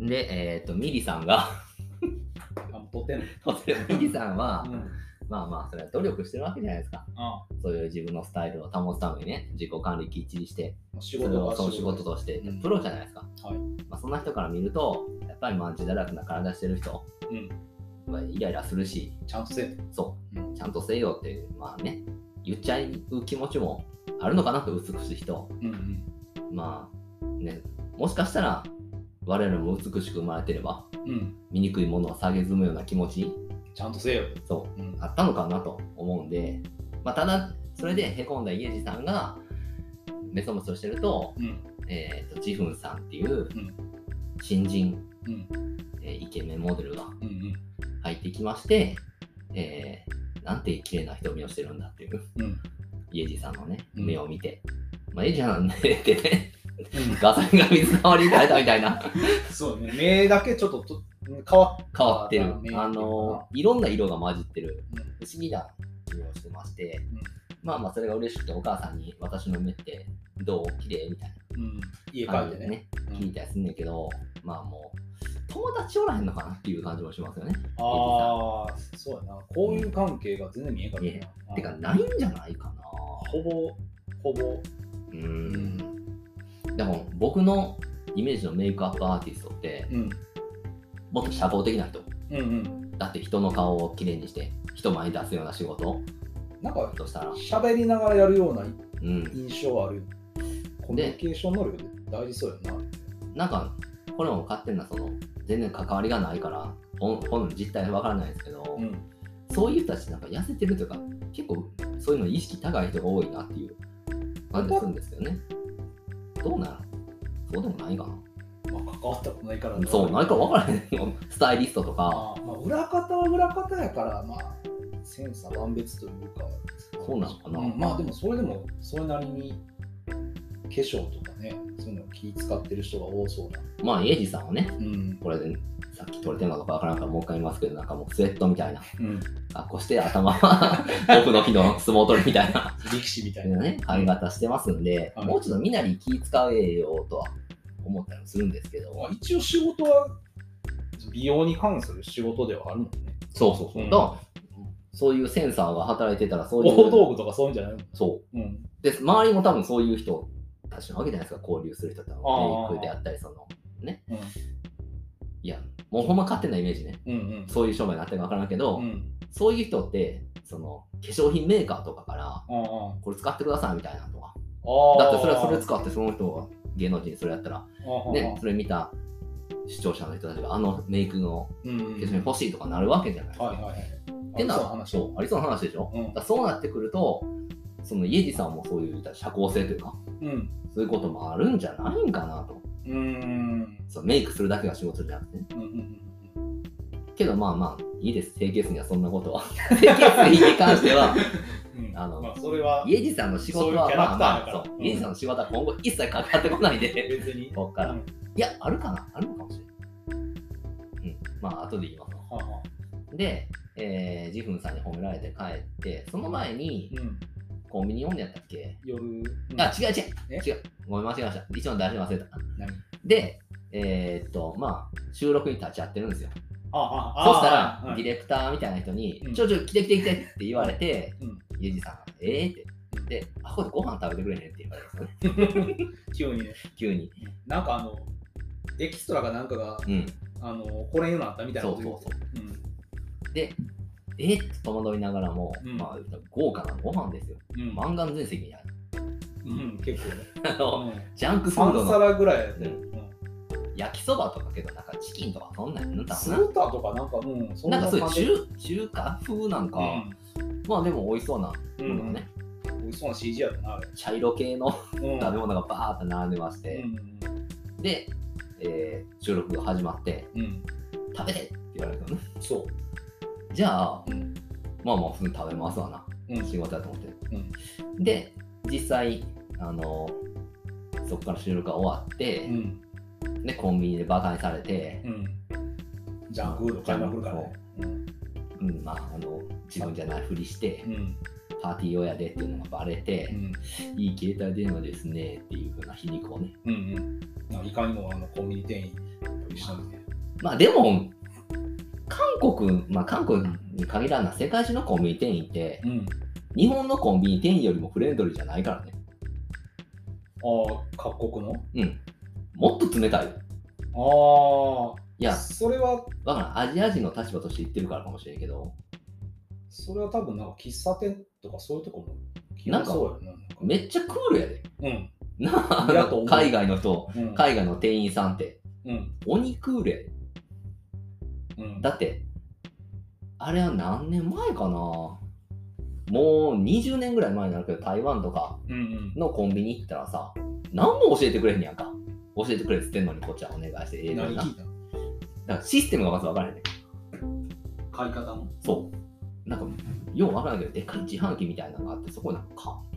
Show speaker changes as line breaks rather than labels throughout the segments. で、えっと、ミリさんが、
あポテン。
ミリさんは
う、ん。
まあまあ、それは努力してるわけじゃないですか。
あ
そういう自分のスタイルを保つためにね、自己管理きっちりして、
あ仕
それ
事
を
は
そう仕事として、プロじゃないですか。
はい
まあ、そんな人から見ると、やっぱりマンチ堕落な体してる人、
うん
まあ、イライラするし、
ちゃんとせえ
そ
うん
う、ちゃんとせよっていう、まあね、言っちゃう気持ちもあるのかなと、美しい人。
うんうん
まあ、ね、もしかしたら、我々も美しく生まれてれば、
うん
醜いものを下げずむような気持ち、
ちゃんとせえよ
そう、
うん
あったのかなと思うんで、まあ、ただそれでへこんだ家路さんがメソメソしてると,、
うん
えー、とジフンさんっていうん新人、
うん
えーイケメンモデルが
うん うん
入ってきまして、えーなんて綺麗な瞳をしてるんだっていう
うん
家路さんのね
うん
目を見て、まあ、家路さんの目ってね画材が水たまりに変えたみたいな
そうね目だけちょっとと変わっ
変わってる
あー目っていうかな
あのーいろんな色が混じってる
うん
不思議な気をしてまして、
ん
まあまあそれが嬉しくてお母さんに私の目ってどう綺麗みたい
うん家
な
帰
感
っ
じ
て
で
ね
ね
うん
聞いたりすんねんけど、まあもう友達おらへんのかなっていう感じもしますよね。
ああそうやな交友関係が全然見えんかった
見え
なあー
てかないんじゃないかな。
ほぼほぼ
うーん。でも僕のイメージのメイクアップアーティストって
うん
もっと社交的な人。
うんうん
だって人の顔をきれいにして人前に出すような仕事
なんか
としたら。
喋りながらやるような
うん。
印象あるコミュニケーション能力って大事そうやな
なんかこれも勝手なその全然関わりがないから本本の実態はわからないですけど。
うん
そういう人たちなんか痩せてるとか、結構そういうの意識高い人が多いなっていう感じするんですけどね。どうなのそうでもないか
まあ関わったことないから
な。そう、ないから分からへんの。スタイリストとか、
あーまあ、裏方は裏方やから、まあ、千差万別というか、
そうなのかな。
うんまあでもそれでも、それなりに化粧とかね、そういうの気使ってる人が多そうな。
まあ、エイジさんはね、
うん。
これで、さっき撮れてんのか分からんからもう一回言いますけど、なんかもうスウェットみたいな
うん、
格好して頭 はオフの日の相撲取りみたいな
力士みたいな。
ね、髪型してますんで、
はい
もうちょっとみなり気使えよとは思ったりもするんですけど、
まあ、一応仕事は、美容に関する仕事ではあるもんね。
そうそうそう。
うん
だからそういうセンサーが働いてたら、そういう。
大道具とかそういうんじゃないもん。
そ
うん。
う。で、周りも多分そういう人たちなわけじゃないですか、交流する人ってのは。
あー
メイクであったり、その、ね。
うん
いや、もうほんま勝手なイメージね。
うん
そういう商売になってるか分からんけど、
うん。うん。
そういう人って、その、化粧品メーカーとかから、
ああ
これ使ってくださいみたいなのとか。
あ
だってそれはそれ
か
使って、その人が芸能人それやったら、ね、それ見た視聴者の人たちが、あのメイクの
うん
化
うん。
粧品欲しいとかなるわけじゃないですか。
はいはいはい。
ってな
あそう話。
そうありそうな話でしょ、
うん
だからそうなってくるとそのイエジさんもそういう社交性というか
うん。
そういうこともあるんじゃないんかなと
うーん。
そのメイクするだけが仕事じゃなくてね
うんうんうん。
けどまあまあいいです整形数にはそんなこと は整形数に関しては
うん
あの
まあ、それは
イエジさんの仕事は
そういうキャラ
まあ
クター
まあ
だから
そう
うん
イエジさんの仕事は今後一切関わってこない で
別に。
こっから
うん
いやあるかなあるのかもしれない、うん、まあ後で言いますわ
はあはあ
で、えージフンさんに褒められて帰ってその前に
うん、
コンビニ読んでやったっけ
夜、うん
あ、違う違う
え
違う。ごめん、間違えました。一番大事な忘れた。
何
で、えーっと、まあ、収録に立ち会ってるんですよ。
あああ
そしたら、
はい
ディレクターみたいな人に、
うん
ちょちょ、来て来て来てって言われて、
うん
ユージさんが、えーって。で、あ、これご飯食べてくれへんって言われるんですよね。
急にね、
急に。
なんかあの、エキストラかなんかが、
うん。
あの、これようになったみたいな
そ
こ
う
と
そうそう。
うそう。
で、えーって戸惑いながらも、
うん
まあ、豪華なご飯ですよ。
うん、うん、
漫画の全席にある。
うん、結構ね。
あの、
う
ジャンク
ん、
フード
3
の
皿ぐらいやで、
う
うん、
焼きそばとかけど、なんかチキンとかそんなんやった
ス
か
ーターとかなんか、うん、そ
な。なんかそういう
感じ
中中華風なんか、まあでも美味しそうな
うん、
も
う
のが
ん、
ね、
美味しそうな CG やったな、あれ。
茶色系の
うん、
食べ物がバーッと並んでまし
う
て、
ん、
で、えー収録が始まって、
うん、
食べてって言われたのね。
そ
じゃあ、
う。うん、
まあまあ、普通に食べますわな、
うん、
仕事だと思って。
うん
で、実際、あのそこから収録が終わって
う、ん、
で、コンビニでバカにされて、
うん。ジャンクフード買いまくるからね。うん
うん、まあ、あの、自分じゃないふりして
う、ん、
パーティー用やでっていうのがバレて、
うん
いい携帯電話ですねっていう風な皮肉をね。
うんうん。いかにもあのコンビニ店員と一緒にね。
まあでも、韓国、まあ韓国に限らない世界中のコンビニ店員って、
うん。
日本のコンビニ店員よりもフレンドリーじゃないからね。
ああ、各国の
うん。もっと冷たいよ。い
ああ、
や、
それは、
わからん。アジア人の立場として言ってるからかもしれんけど、
それは多分なんか喫茶店とかそういうとこも気がそうやな。
めっちゃクールやで。
うん。
なあ、
いやと思う
海外の人、
うん。
海外の店員さんって、
うん。
鬼クールやで。
うん。
だって、あれは何年前かなもう20年ぐらい前になるけど、台湾とか
うんうん。
のコンビニ行ったらさ、何も教えてくれへんやんか。教えてくれっつってんのに、こっちはお願いして、英語
何
にな。
聞い
だ
た
からシステムがまず分からへんねん。
買い方の
そう。なんか、よう分からんけど、でかい自販機みたいなのがあって、そこになんか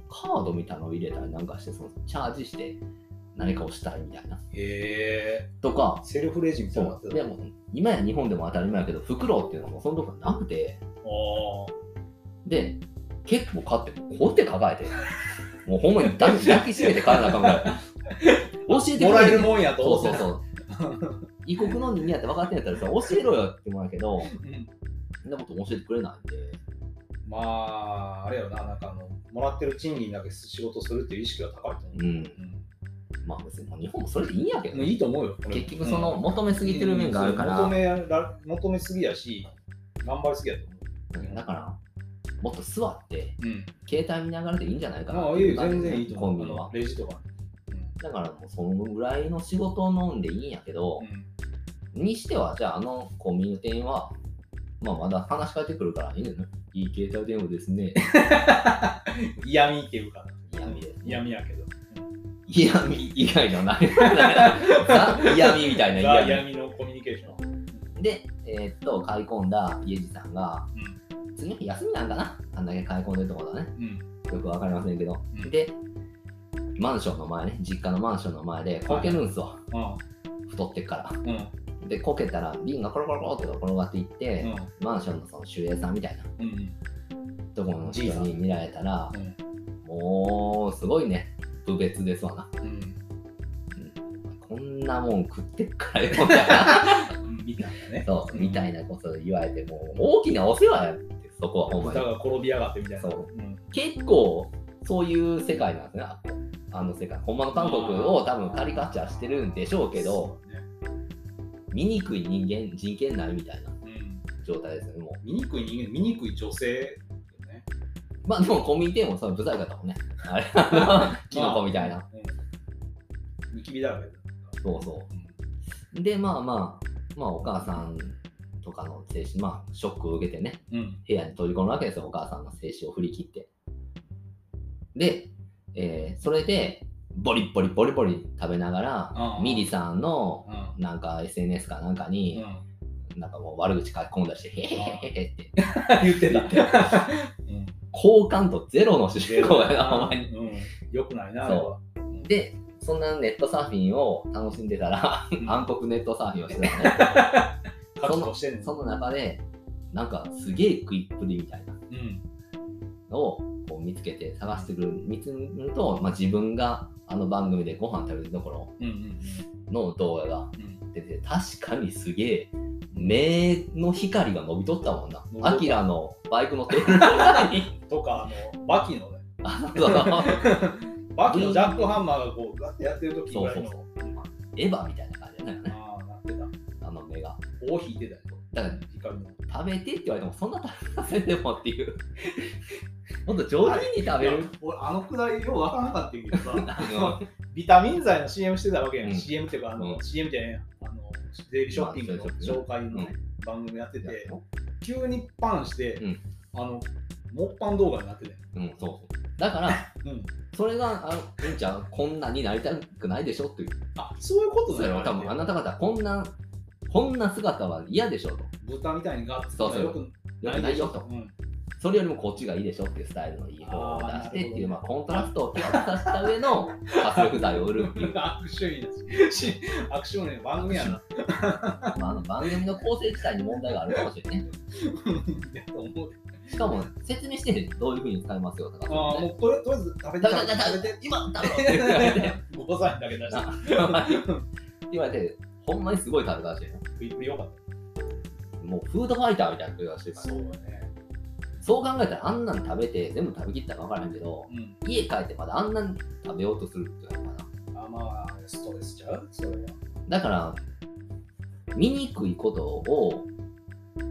カカードみたいなのを入れたりなんかして、そのチャージして何かをしたいみたいな。
へえ。
とか、
セルフレジみた
そ
いになっ
う
て。た
でも、今や日本でも当たり前やけど、袋っていうのもそのとこなくて、
あ
で、結構買って、こうやって抱えて、もうほんまに抱き抱きしめて帰らなあかんぐらい。教えて
あ。
く
もらえる
ん
もんやと
そう
思って
そうそう。 異国の人間やって分かってんやったらさ、教えろよって思うんやけど、
うん
そんなこと教えてくれないんで、
まあ、あれよな、なんかあの、もらってる賃金だけ仕事するっていう意識が高いと思う。
うん。
うん
まあ別にもう日本もそれでいいんやけど
もう
ね、
いいと思うよ。これ
結局その求めすぎてる面があるから、
うん求めら求めすぎやし、頑張りすぎやと思
うんだから、もっと座って、
う。うん。
携帯見ながらでいいんじゃないかな
まあ、
っ
い
て
い
いう
よ、
感じ
全
で
然いいと
コ
思う。
ンビニは
あの。レジとか。
だからもうそのぐらいの仕事のんでいいんやけど、
うん。うん
にしては、じゃあ、あのコンビニの店員は、まあ、まだ話しかけてくるからいいねんな。いい携帯電話です ね。
嫌味っていうか、
嫌味です、ね。
嫌味やけど。
嫌味以外のない。ザ嫌味みたいな
ザ
嫌
嫌
味。
味のコミュニケーション。
で、えーっと、買い込んだ家路さんが、次の日休みなんかなあんだけ買い込んでるってことはね。
うん。うん。
よくわかりませんけど。
うん
で、マンションの前ね、実家のマンションの前でこけるんすわ。
あ
太ってっから。
うん。うん。
で、こけたら瓶がコロコロコロって転がっていって、
うん。
マンションのその守衛さんみたいな
うん。
ところの人に見られたら、
うん
もうすごいね不別ですわな
うん
こんなもん食ってっからよみたいな
うん。みたいなね。
そう
うん
みたいなこと言われてもう大きなお世話やってそこはほんま
豚
に
が転びやがってみたいな。
そう
うん。
結構そういう世界なんですねああの世界ほんまの韓国を多分カリカチャーしてるんでしょうけど
そうね。
醜い人間人権ないみたいな
うん。
状態ですよねも
醜い人間、醜い女性よね。
うまあでもコンビニ店もその不細工だ もんねあれあのキノコみたいな、
うん。ニキビだらけだった。
そうそう
うん。
でまあまあまあお母さんとかの精神まあショックを受けてね
うん。
部屋に閉じ込むわけですよお母さんの精神を振り切ってで、えーそれでボリッボリボリボリ食べながら
うん
ミリさんの
うん。
なんか SNS かなんかに、 なんかもう悪口書き込んだりして、へへへへへって、
言ってた。
好感度ゼロの主人公やな、お前に。
うん。よくないな、
そで、そんなネットサーフィンを楽しんでたら、
うん
暗黒ネットサーフィンをしてたのね。
あれは。覚悟してんねん
その中で、なんかすげえ食いっぷりみたいな
うん。
のをこう見つけて探してくる、見つけると、まあ、自分があの番組でご飯食べるところ
うんうん
の動画が
うんうん。
出て、確かにすげえ目の光が伸びとったもんな
びと。った
アキラのバイクの テーブルの中に。
とか、あの、バキのね、
あそう
バキのジャックハンマーがこう、ガッてやってる時ぐらいの。
そうエヴァみたいな感じだよね、
ああ、なってた。
あの目が。
棒引いてたよ。
だから
光の。
食べてって言われてもそんな食べさせてもっていう。ほんと上手に食べ
い
る
や。俺、あのくだりようわからなかったけどさ
あ
ビタミン剤の CM してたわけやん、
うん
CM っていうか、あの、
うん
CM じゃねえやあの、デイリーショッピングの
まあそういうショッ
紹介の、ね番組やってて、急にパンして、
うん
あの、モッパン動画になってて、
うん、そうそう。だから、
うん。
それが、あうんちゃん、こんなになりたくないでしょっていう。
あ、そういうこと
そう
だ
やろ
よ。
多分あなた方、こんな、こんな姿は嫌でしょと。
豚みたいにガッツ
そうそう
よく
よくないよと。
うん。
それよりもこっちがいいでしょっていうスタイルのいい方を出
あー
してっていう、ま
なる
あ、コントラストを際立たせた上の活力剤を売るっていう、
握手員 だし、握手もね、番組やな。
まあ、あの番組の構成自体に問題があるかもしれないね。
やと思う。
しかも説明してへんどういうふうに使いますよとか。
ああ、もうとりとりあえず食べて
食べて
食べて。
今 食べて今食べて
5歳だけ出して
な言われて、ほんまにすごい食べたらしいよ
食いっぷりよかっ
もうフードファイターみたいな食い方してる
た。
から、
だね。
そう考えたらあんなん食べて全部食べきったか分からんけど、
うん。
家帰ってまだあんなん食べようとするっていうのかな。
あまあ、ストレスちゃうそれは。
だから、醜いことを、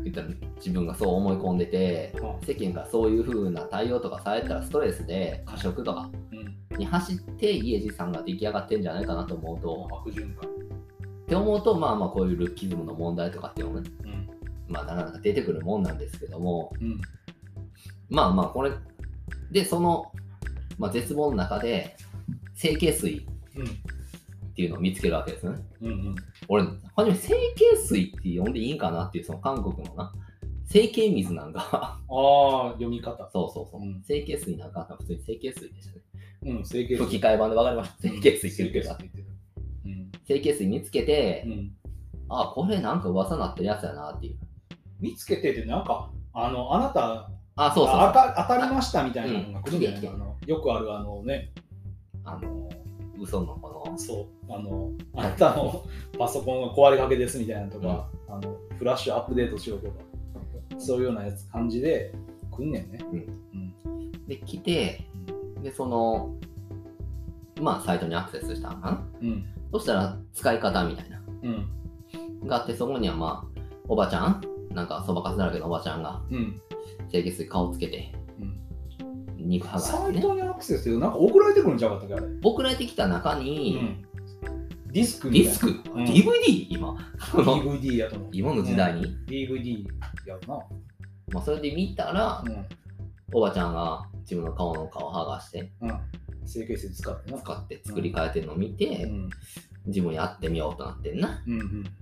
言ったら自分がそう思い込んでて、世間がそういう風な対応とかされたらストレスで過食とか
うん。
に走って家路さんが出来上がってんじゃないかなと思うと、
悪循環。
って思うとまあまあこういうルッキズムの問題とかっていうのもね
うん。
まあなかなか出てくるもんなんですけども
うん。
まあまあこれでその、まあ、絶望の中で整形水っていうのを見つけるわけですよね
うん。うん。
俺初め整形水って呼んでいいんかなっていうその韓国のな整形水なんか
ああ、読み方。
そうそうそう、
うん
整形水なんか普通に整形水でしたね
うん、整形
吹き替え版で分かりました整形水って言うけど
うん。
整形水見つけて、
うん。
あこれなんか噂なってるやつやなっていう
見つけてて、なんか、あの、あなた、
あそうそう
あた当たりましたみたいなのが来るんじゃない
うん
あのよくある、あのね、
あ
あの、
の嘘のこの
そう、あの、あなたのパソコンが壊れかけですみたいなのとか、あの、フラッシュアップデートしろとか、そういうようなやつ、感じで来んねんね。
うん
ん。
で来てでそのまあサイトにアクセスしたのかな
うん。
そしたら使い方みたいな
うん。
があってそこにはまあおばちゃんなんかそばかすだらけのおばちゃんが
うん。
清潔に顔つけて
うん。
肉剥
サ
がして、
イ
ね、
トにアクセスして、なんか送られてくるんじゃなかったっけ、あれ。
送られてきた中に、
うんディスク
ディ
みたい
スク、
ん
DVD 今そ
な
の
DVD やと思う。
今の時代に、
DVD やるな。
まあ、それで見たら、
う
おばちゃんが自分の顔の顔剥がして
ん。うん。整形水使ってな。
使って作り変えてるのを見て、
うん。
自分やってみようとなってんな
うんうん。
だか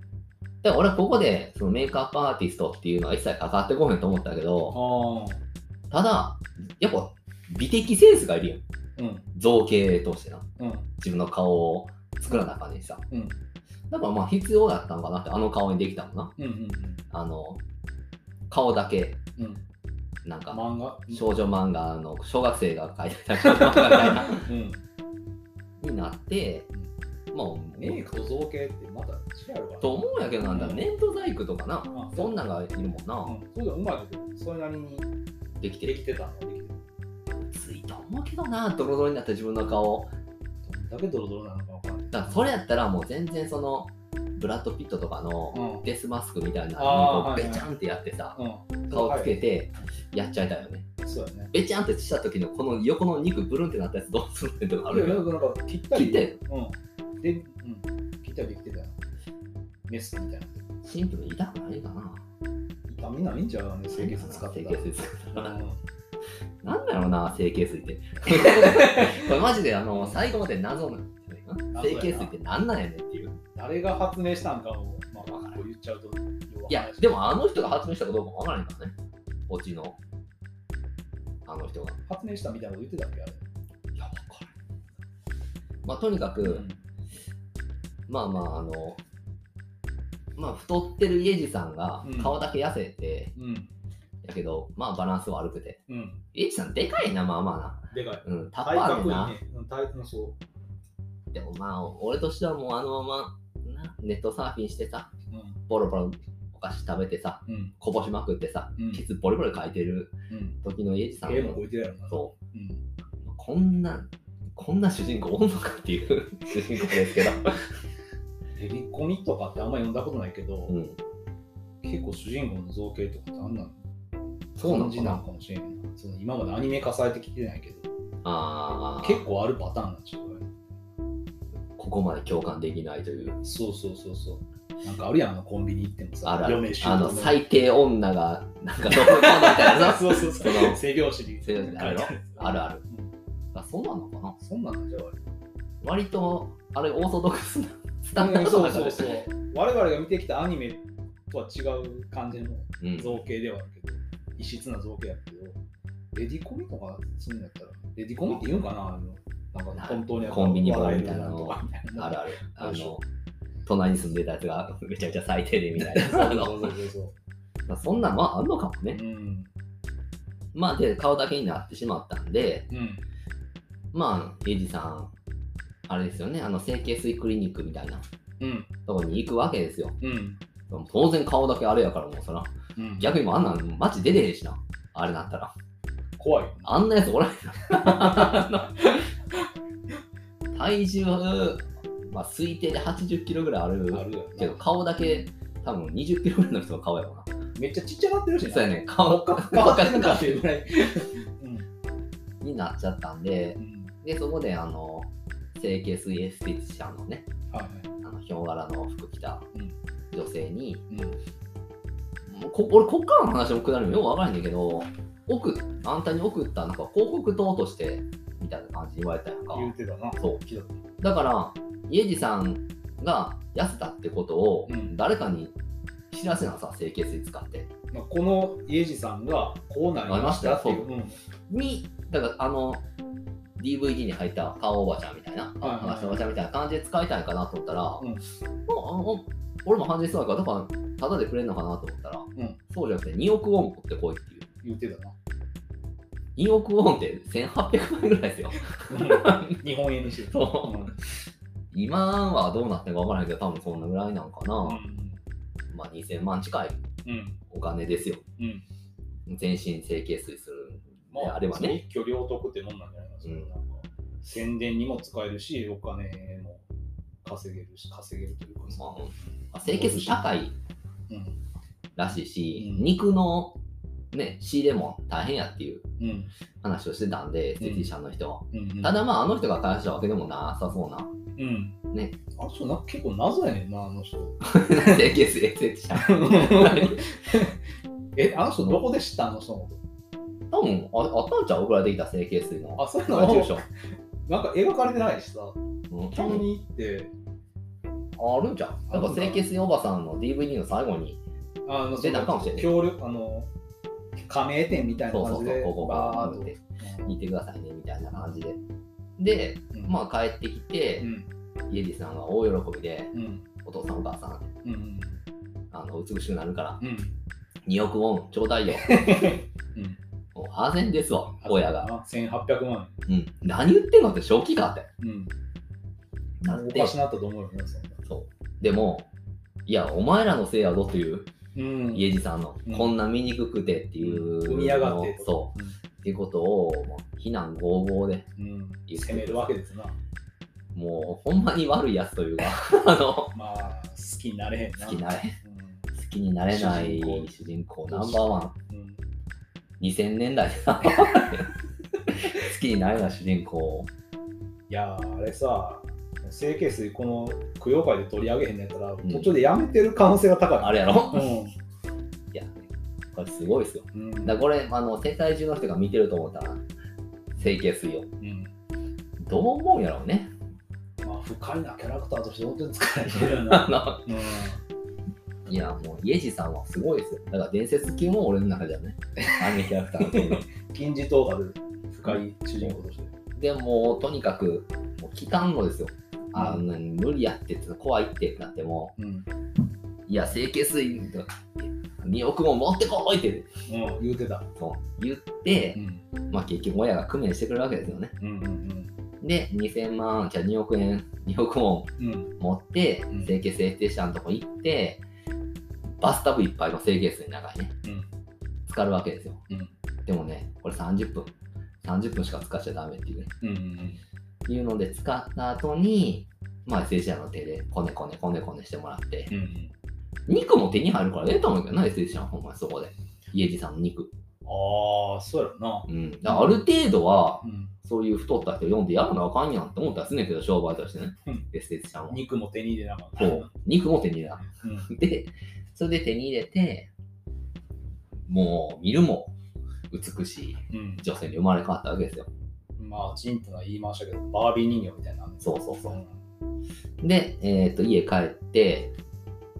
ら俺はここでそのメイクアップアーティストっていうのは一切関わってこへんと思ったけど
ああ。
ただやっぱ美的センスがいるやん
うん。
造形としてな
うん。
自分の顔を作らなあかんねんしさ、
うん
だからまあ必要だったのかなってあの顔にできたもんな
うんうん
あの顔だけ
うん。うん。
なんか
漫画。
少女漫画の小学生が描いてた少女漫画みたい な
うん。
になってもう
メイクと造形ってまた違うから。
と思うんやけどなんだ
うん
粘土細工とかな
あ
そんなんがいるもんな、
うん。そうだ、うまいこと。それなりに
できて
で
る
きてたの。できて
ついと思うけどなドロドロになった自分の顔
た。どんだけドロドロなのかわからない。
だからそれやったらもう全然そのブラッド・ピットとか
う
の
ん。
デスマスクみたいな
あー
のを
はいは
ベ
い
チャンってやってさ
うん。
顔つけ
て。
てやっちゃいたいよね
そうだね。
ベチャンってした時のこの横の肉ブルンってなったやつどうするってとかある
いや
よ
な
ね
んかなんか切ったり。
切って
うん。で、うん。切ったりできてたよ。メスみたいな。
シンプルに痛くないかな
痛みないんじゃうね、清潔使って
整
た
形
ら。
水使ったら
うん
なんだろうな整形 水ってこれマジであの最後まで謎なんじゃないかな
謎
整
やな
形水ってなんなんやねんっていう
誰が発明したんかを、まあ、こう言っちゃうと、
いや、でもあの人が発明したかどうかもわからないからね。オチの。あの人が。
発明したみたいなこと言ってたっけ、あれ。
いや、わからまあ、とにかく、まあまあ、あの、まあ、太ってるイエジさんが
うん
顔だけ痩せて、
うん。
やけど、まあ、バランス悪くて。
うん。
イエジさん、でかいな、まあま
でかい。
あな。うん、タッ
体
パー
格
で
いい
な。
ね。うん体格もそ
でもまあ、俺としてはもうあのままな、ネットサーフィンしてさ、
う。
ボロボロお菓子食べてさ、
うん。うん。
こぼしまくってさ、
うん
ケツボリボリ書いてる
うん。
時のイエジさん
絵も
の
こう言ってたやろな。
そう。
うん。
こんな、こんな主人公おんのかっていう 主人公ですけど、
ヘビコミとかってあんま読んだことないけど、
うん、
結構主人公の造形とかってあんな
そうなの
感じ
か
な
な
のかもしれんない。その今までアニメ化されてきてないけど、
あー
結構あるパターンなんちゃう
ここまで共感できないという、
そうそうそうそう。なんかあるやん、あのコンビニ行ってもさ、
ある
嫁姑
あの最低女が、なんかどうのこうのみたいな
そうそうそ
その
う。背拍子に
背拍子にあるやろあるある
うん。
あそうなのかな
そんなんなんじゃ悪い
割と、あれ、オーソドックスな、スタンダ
う
ード
んそ
な
う
感
そう
じ
そう。 我々が見てきたアニメとは違う感じの
うん
造形ではあるけど、異質な造形やけど、レディコミとかするんだったら、レディコミって言うんかなあのなんか本当に
コンビニバー
笑え
み
る
たいなの
とかみたいな。
あるある。あ
あるでし
の
ょ、
隣に住んでたやつが めちゃめちゃ最低でみたいな。あ
そう
の
そうそうそう。
まあそんなんはあんのかもね。
うん。
まあで顔だけになってしまったんで
うん。
まあエイジさんあれですよねあの整形水クリニックみたいな
うん。
とこに行くわけですよ
うん。
当然顔だけあれやからもうそら
うん、
逆にもうあんなんマジ出てへんしなあれなったら
怖いよ
あんなやつおらへんな体重、まあ、推定で80キロぐらいあ
な。あ
る
るよ
けど
な。
顔だけ多分20キロぐらいの人の顔やもん な
めっちゃちっちゃなってるし
そうや
ね。
ね顔
顔変わってるかっていうぐらい。 うん
になっちゃったんで
うん。
でそこであの整形水エステティシャンのね
はいは
あのヒョウ柄の服着た
うん
女性に、
い。うん。
もうこ俺こっからの話もくだるのよくわからへんねんけど送あんたに送ったなんか広告塔としてみたいな感じに言われたやんか
言うてたな。
そう
ひどい
だから家路さんが痩せたってことを
うん
誰かに知らせなさ清潔水使って
まあ、この家路さんがこうなりましたっていう。うん
にだからあの DVD に入った顔おばちゃんみたいな
はい
話のおばちゃんみたいな感じで使いたいかなと思ったら、
うん
もうあの俺も反省そうだからだからタダでくれるのかなと思ったら、
ん
そうじゃなくて2億ウォン持ってこいっていう
言うてたな。
2億ウォンって1800万円ぐらいですよ
日本円にして
そう今はどうなってるか分からないけど多分そんなぐらいなんかな、
うん。
まあ2000万近い
うん。
お金ですよ
うん。
全身整形水する
まあ、
あれはね。
一挙両得ってもんなんじゃないのそのなんか宣伝にも使えるし、お金も稼げるし、稼げるというか、
まあ清潔水高い
うん。
らしいし、
うん
肉の、ね、仕入れも大変やっていう
うん。
話をしてたんで、エステティシャンの人は。
うん。
ただまあ、あの人が返したわけでもなさそう な、
うん。
ね。
あ、そう、なんか結構謎やねんな、あの人。
整形水エステティシ ャン。
え、あの人どこで知ったのそのこ
多分ああったんちゃう送られてきた整形水
と。
の
あ、そういうの
住
も
所。
なんか描かれてないしさ、
うん
急に行って、
あるんちゃうやっぱ整形水おばさんの DVD の最後に、
あの、
出たかもしれない
協力、あの、加盟店みたいな
そうそ
感
う
じ
そう、
で、
ここ
バ
が
ー
っ、
って
見てくださいね、みたいな感じで。で、
うん
まあ帰ってきて、
うん。
イエリさんが大喜びで、
うん。
お父さんお母さん、
うん。
あの美しくなるから、
うん。
2億ウォンちょうだいよ。
うん
もう、あぜんですわ、親が。。
1800万
うん。何言ってんのって正気かって。
円。うん。
なっ
お
て
かし、なったと思うよね、そんな。
そう。でも、いや、お前らのせいやぞという、
うん
家路さんの、
うん
こんな醜くてっていうのを、
踏みやがってと
そう。っていうことを、もう非難合々で、
うん。攻めるわけですな。
もう、ほんまに悪いやつというか、あの、
まあ、好きになれへんな。
好きになれ好
うん
きになれない
主人公
主人公ナンバーワン。
うん
2000年代でな好きになれない主人公
いやー、あれさ、整形水、この供養会で取り上げへんのやったら、
ん
途中でやめてる可能性が高い。
あれやろ
う
いやこれすごいですよ
ん。
だからこれあの世界中の人が見てると思ったら整形水を
うん。
どう思うんやろうね
まあ、不快なキャラクターとして本当に使えてるよ
あ
な。
の
うん。
いやもうイエジさんはすごいですよだから伝説級も俺の中ではねアニメキャラクターのとこ
金字塔がある不快主人公として。
ろでもうとにかくもう期間後ですよあの無理やってって怖いってなっても
うん。うん。
いや整形水2億も持ってこいって
言うてた。
そう言って、
ん。
まあ結局親が工面してくるわけですよね。
うんうん
で、2000万、じゃあ2億円、2億も
うん。うん。
持って
ん、
整形整形者のとこ行って、バスタブいっぱいの整形水の中にね、
うん
浸かるわけですよ。
うん
でもね、これ30分、30分しか使っちゃダメっていうね。
うんうん。
いうので、使った後に、まあ、整形者の手でこねこねこねこねしてもらって、
うん。
肉も手に入るからええと思うけどな、整形者はほんまにそこで。家路さんの肉。
ああ、そうやろな。
うん。だからある程度は、
うん。
そういう太った人読んでやるのあかんやんって思ったりすんねんけど、商売としてね
うん。
エステティシャンは。
肉も手に入れなかった。
そう。肉も手に入れた。
うん。
で、それで手に入れて、もう見るも美しい
うん。
女性に生まれ変わったわけですよ。
まあ、チンプが言いましたけど、バービー人形みたいな。。
そうそうそうで、えっ、と、家帰って、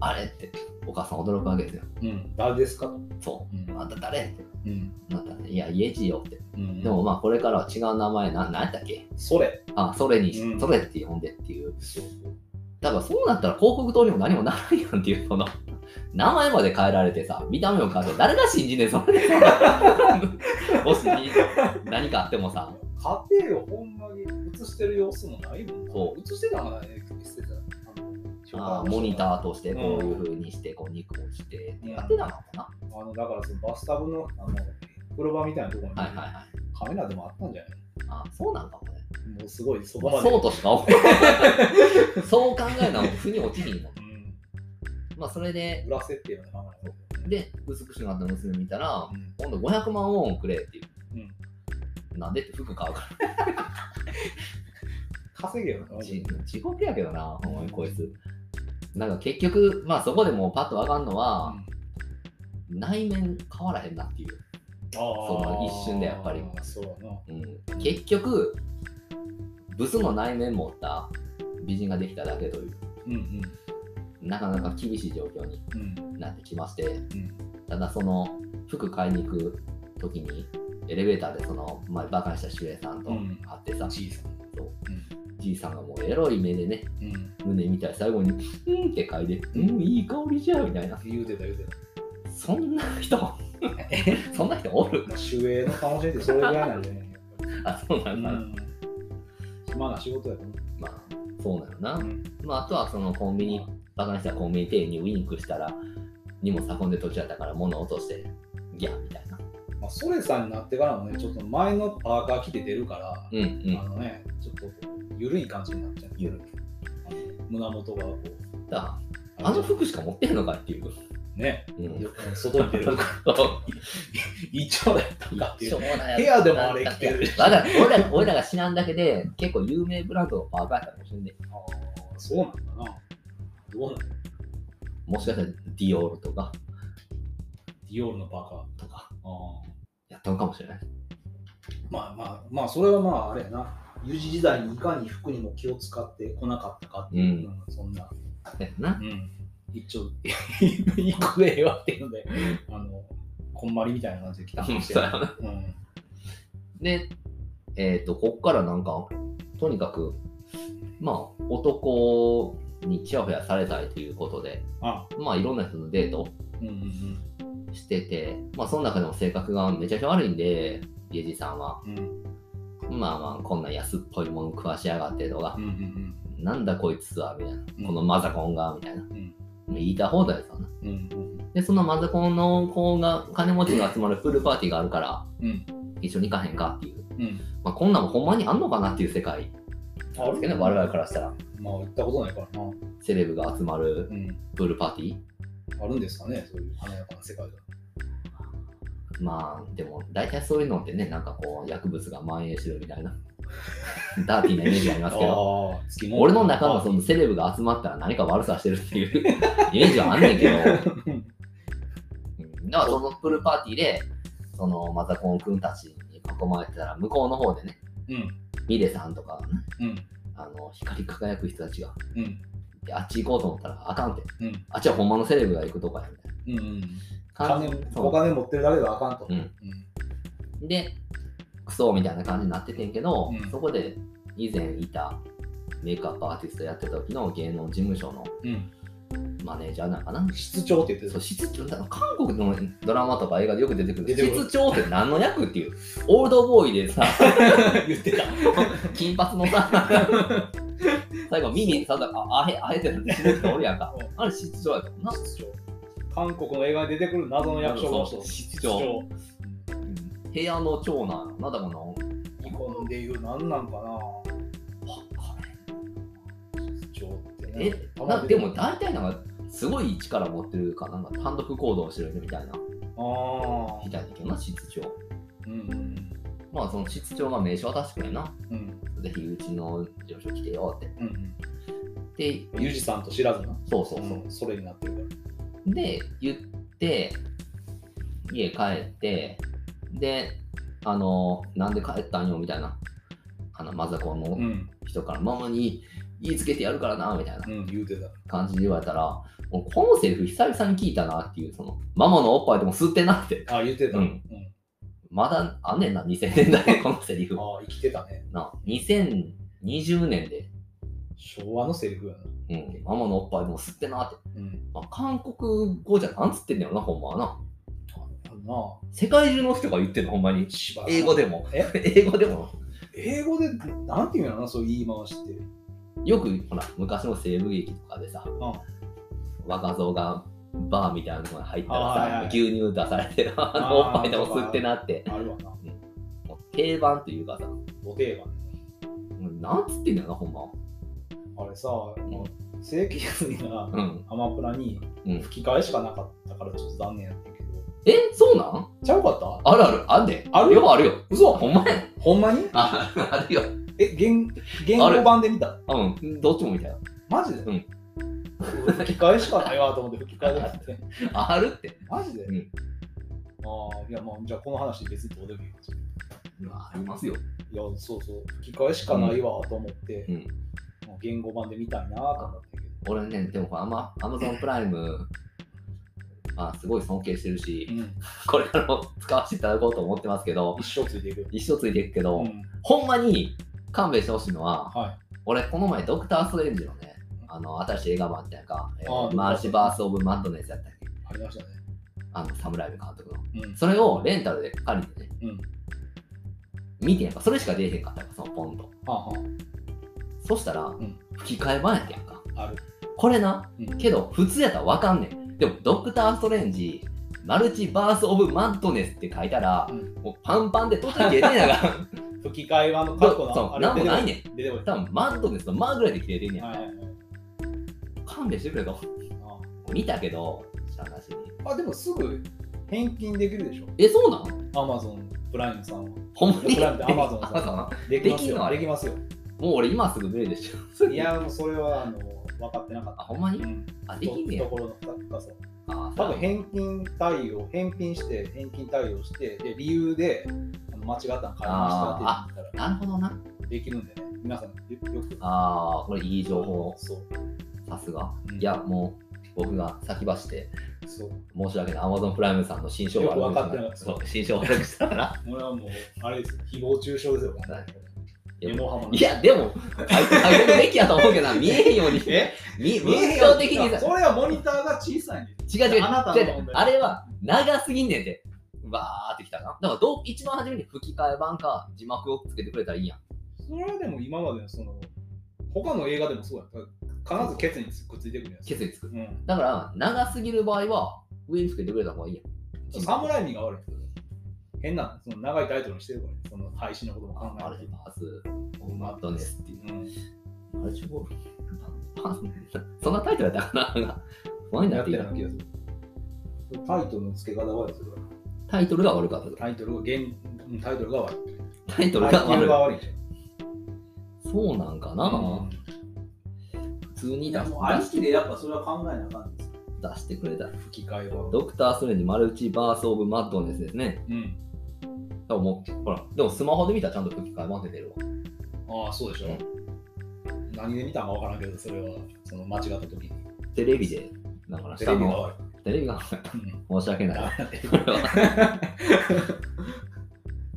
あれって、お母さん驚くわけですよ。
うん。誰ですか
そうう。
ん
あんた誰って。
うん。
なったね。いや、家路よって。
うん
でも、まあ、これからは違う名前な、何やったっけ
それ。
あ、それにし、
うん
それって呼んでっていう。
そうそう。
だからそうなったら広告塔にも何もならんやんっていう、その、名前まで変えられてさ、見た目を変えて、誰が信じねえ、それで。もし何かあってもさ、
家庭をほんまに映してる様子もないもんな
そう
映してたのがね見せてたあの紹介
あー
の人が
モニターとしてこういう風にして、こう肉をしてってやってたのかな。
あのだからそのバスタブのあの風呂場みたいなところに、
はいはいはい。
カメラでもあったんじゃない
あーそうなんかもね。
もうすごいそこ
ま
ま
あ
で、
そうとしか思う。 そう考えなも腑に落ちひんもん。
うん、
まあそれで、
裏設定のカメラ
で、美しくなった娘見たら、
うん
今度500万ウォンくれっていう
うん。
なんでって服買うか
稼げよな
ら。ち地獄やけどな、ほんまにこいつ。なんか結局、まあそこでもうパッとわかんのは、内面変わらへんなっていう。
そ
の一瞬でやっぱり
そうやな
うん、結局、ブスの内面持った美人ができただけという、
うんうん
なかなか厳しい状況に
うん
なってきまして、
ん
ただその服買いに行く時にエレベーターでその前バカにした守衛さんと
うん
会ってさ、
小さ
そう
うん
じいさんがもうエロい目でね
うん
胸見たら最後に「うん」って嗅いで「う
うん
んいい香りじゃ」みたいな
言うてた言うてた
そんな人 そんな人おる
まあ守衛の楽しみってそれぐらいなんじゃない
あそうな
うん
だ、
ん暇な仕事やと思う
まあそうなのな、
うん
まあ、あとはそのコンビニバカにしたコンビニ店員にウインクしたら荷物運んで途中やったから物落としてギャーみたいな
まあソレさんになってからもねちょっと前のパーカー着て出るから
うんうん
あのねちょっと緩い感じになっちゃう
緩い
あの胸元がこう
だからあの服しか持ってへんのかっていう、
ね
うん、
外に出るから一応だったんかっていう
そうなんや
部屋でもあれ着てる
わかる俺ら俺らが知らんだけで結構有名ブランドのパーカーやったかもしれんね
ああ、そうなんだな。どうなんだ
もしかしたらディオールとか
ディオールのパーカー。あ
とか
あ
やったのかもしれない
まあまあ、まあ、それはまあ、あれやな。有事時代にいかに服にも気を使ってこなかったかっていう、うんそんな。
だよな
うん。一応、一個でええわっていうので、あの、こんまりみたいな感じで来たかも しれない。
よな
うん。
でえっ、とこっからなんかとにかくまあ男にチヤホヤされたいということで
あ
まあいろんな人とデート
うんうんうん
しててまあその中でも性格がめちゃくちゃ悪いんで家路さんは。
うん
まあまあこんな安っぽいもの食わしやがってとか
うんうん
なんだこいつはみたいな、
うん
このマザコンがみたいな、
ん
もう言いた放題ですよね
うんうん
でそのマザコンの子が金持ちが集まるプールパーティーがあるから
うん
一緒に行かへんかっていう、
うん
まあ、こんなんもほんまにあんのかなっていう世界なんですけどね我々からしたら
まあ行ったことないからな、
セレブが集まる
うん、
プールパーティー
あるんですかねそういう華やかな世界が
まあでも大体そういうのってねなんかこう薬物が蔓延してるみたいな ダーティーなイメー ジがありますけど
ああ、月物
俺の中のそのセレブが集まったら何か悪さしてるっていう イメージはあんねんけどうんだからそのプールパーティーで、そのマザコン君たちに囲まれてたら、向こうの方でね、
うん、
ミレさんとか、
うん、
あの光り輝く人たちが、
うん、
であっち行こうと思ったら、あかんって、
うん
あっちはほんまのセレブが行くとかやみたい
うん、うん。
な感
金
じ
お金持ってるだけではあかんと。
うんそうで、クソみたいな感じになっててんけど、
うん
そこで以前いたメイクアップアーティストやってた時の芸能事務所の
うん。
マネージャーなんかな。
室長って言って
そう
た。
室長だから韓国のドラマとか映画でよく出てくる
出てくる
室長って何の役っていうオールドボーイでさ
言ってた。
金髪のさ、 最後耳にさ、ああへ、あへってなって死ぬ人おるやんか。あれ、室長やったもんな。
室長。韓国の映画に出てくる謎の役所の
そう
人。
室長部屋の長男やな、だからな。
日本でいう何なんかな室長ってね。
え、なでも大体なんか、すごい力持ってるかなんか単独行動してるみたいな、
ああ
み。たいだけどな、室長。
うん。
まあ、その室長が名刺渡してくれな。
うん。
ぜひ、うちの事務所来てよって。
うん。
で、
ユージさんと知らずな。
そうそうそう。
ん。それになってるから。
で、言って、家帰って、で、あの、なんで帰ったんよみたいな、あの、マザコン
う
の
ん。
人から、ママに言いつけてやるからな、みたいな
うん。言うてた。
感じで言われたら、もうこのセリフ久々に聞いたなっていう、その、ママのおっぱいでも吸ってなって、
あ、言うてた。
うん
うん。
まだあんねんな、2000年 代、このセリフ。
ああ、生きてたね。
な、2020年で、
昭和のセリフやな。
うん、ママのおっぱいも吸ってなって、
うん。
まあ、韓国語じゃなんつってんだよなほんまはな
あの
世界中の人が言ってんのほんまに
な柴田さん
英語でも
え
英語でも
英語でなんていうんやろな、そういう言い回しって。
よくほら昔の西部劇とかでさ、若造がバーみたいなのに入ったらさ、
あーはいはい
牛乳出されてあのおっぱいでも吸ってなって
あるわな。
もう定番というかさ
ご定番。
うんなんつってんだよなほんまは
あれさ、あの正規薬が
うん
アマプラに
うん
吹き替えしかなかったからちょっと残念やったけど。
えそうなん
ちゃうかった
あるあるあんで
ある
よあるよ
嘘
ほんまや
ほんまに
ああるよ
え、言言語版で見た
うんどっちもみたいな
マジで、
うん
吹き替えしかないわと思って吹き替えだって。
あるって
マジで、
うん
ああ、いやまあじゃあこの話別にどうでもいいです
いやありますよ
いや、そうそう、吹き替えしかないわと思って、
うん
まあ言語版で見たいなと思ってけ
俺ねでもこれアマアマゾンプライムまあすごい尊敬してるし
ど、
これからも使わせていただこうと思ってますけど
一生ついていく。
一生ついていくけど、
うん
ほんまに勘弁してほしいのは、
は
俺、この前、ドクター・ストレンジのね、あの、新しい映画版っていうか、えー
ああ
マーシバース・オブ・マッドネスやったっけ
い、ありましたね。
あの、サムライブ監督の。
うん
それをレンタルで借りてね、
うん
見てんやんか、それしか出えへんかったから、そのポンと。
はあは
そしたら、
ん
吹き替え版やったやんか。
あ、ある。
これな、
うん
けど、普通やったらわかんねん。でも、ドクター・ストレンジ、マルチバース・オブ・マッドネスって書いたら、
うん
もうパンパンで途中切れてんやんか
吹き替え版の
そ
過去
う
の
そう、
あれ
なんもない
出
ねん。
てこい出てこい
多分マッドネスのマーぐらいで切れてんねん。
はいはいはい
勘弁してくれと。見たけど、しゃあなしに。
ああ、でもすぐ返金できるでしょ。
え、そうなん
アマゾンプライムさんは。
ほんまに
プライムで Amazon さ
Amazon？
できます
できんの
よ。
あれ
できますよ。
もう俺今すぐ無理でしょ。
い、や、もうそれはあの分かってなかっ
あ、ほんま
た。
に
ん、
あ、できんねや
と。ころの深さ。
あ、
多分返金対応、返品して、返金対応して、で理由であの間違ったの買いましたって言った
なるほどな。
らできるんでね、皆さんよよく。
あー、これいい情報。
そう。
さすが。
うん
いや、もう僕が先走って、
そう。
申し訳ない。Amazon プライムさんの新商
よ
品
く分かってなかった
そう、新商品悪くしたから。
俺はもう、あれです。誹謗中傷ですよ。
はい
エモハマ
いや、でも、解読べきやと思うけどな、見えへんように。
え
見
見
文
えへんよ
章的にさ、
それはモニターが小さいんで
違う違う違う
あなたの
違う違
問
う
題
あれは長すぎんねんてわーってきたなだからどう一番初めに吹き替え版か字幕をつけてくれたらいいやん
す。それはでも今までのその、他の映画でもそうやん。必ずケツにくっついてくるやつ。
決意つく
うん。
だから長すぎる場合は上につけてくれた方がいいやん
サムライミが悪い。変な、その長いタイトルにしてるからね、その配信のことも考
あマ
え
ルチ
て。
バースオブマッドネスっていう
うん
マルチボールマッドネスそんなタイトルやったかな不安にな
やっ
って
て
いい
るよ
か
うな気がする。タイトルの付け方が悪いですよ。
タイトルが悪かった
タイトルが原、うんタイトルが悪い。
タイトル
タイ
が
トルが
悪
悪いじ
いそうなんか
ゃ
な、
ん。うん
普通に
い
出
や
し
もうありきでやっぱそれは考えなあかんですよ。
出してくれた
吹き替えは。
ドクター・ストレンジマルチバース・オブ・マッドネスですね
うん。
でももうほら、でもスマホで見たらちゃんと吹き替え混ぜてるわ。
ああ、そうでしょ。
うん
何で見たかわからんけど、それは、その間違った時に。
テレビで、だから
テ
下
レビが
の
悪
テレビが
い。うん
申し訳 ない。これは。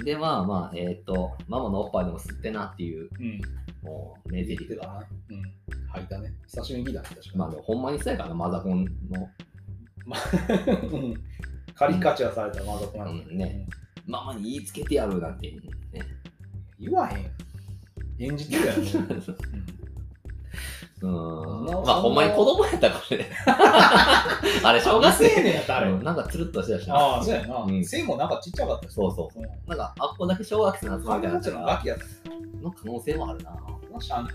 で、まあまあ、えーっ、と、ママのおっぱいでも吸ってなっていう、
うん。
もう、名台
出
詞
てた
が。
な。うん。吐いたね。久しぶりに聞いたね、確かに。
まあ、でもほんまにそうやからな、マザコンの、
うんカリカチュアされたマザコなんて
うんねママに言いつけてやるなん て、ね。
言わへんよ演じてるやろ、
うーん。
そんな
まあ、ほんまに子供やった からね。あれ、小学
生
生
年やったあれ、
うんなんかつるっとしてたしな。
ああそうやな、
うん
背もなんかちっちゃかったし
そうそ
うん
う。なんか、あっこだけ小学生の集まり
カ
みたいに
リ
な
カ
った
チュア
か
の
ら
ガキやったし
の可能性もあるな。
なしゃあない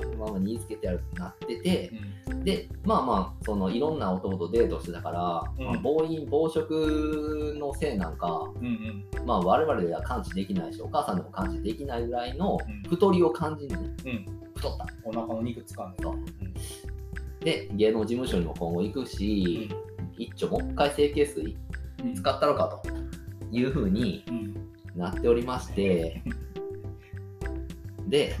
うん、まあまあ身につけてやるってなってて
う、ん
でまあまあそのいろんな男とデートしてたから、
うん
まあ暴飲暴食のせいなんか、
うんうん
まあ、我々では感知できないしお母さんでも感知できないぐらいの
うん
太りを感じるね、
うん
太った
お腹の肉つかんで
と
ん
で芸能事務所にも今後行くし、一丁もう一回整形水
うん
使ったのかというふうに
うん
なっておりましてで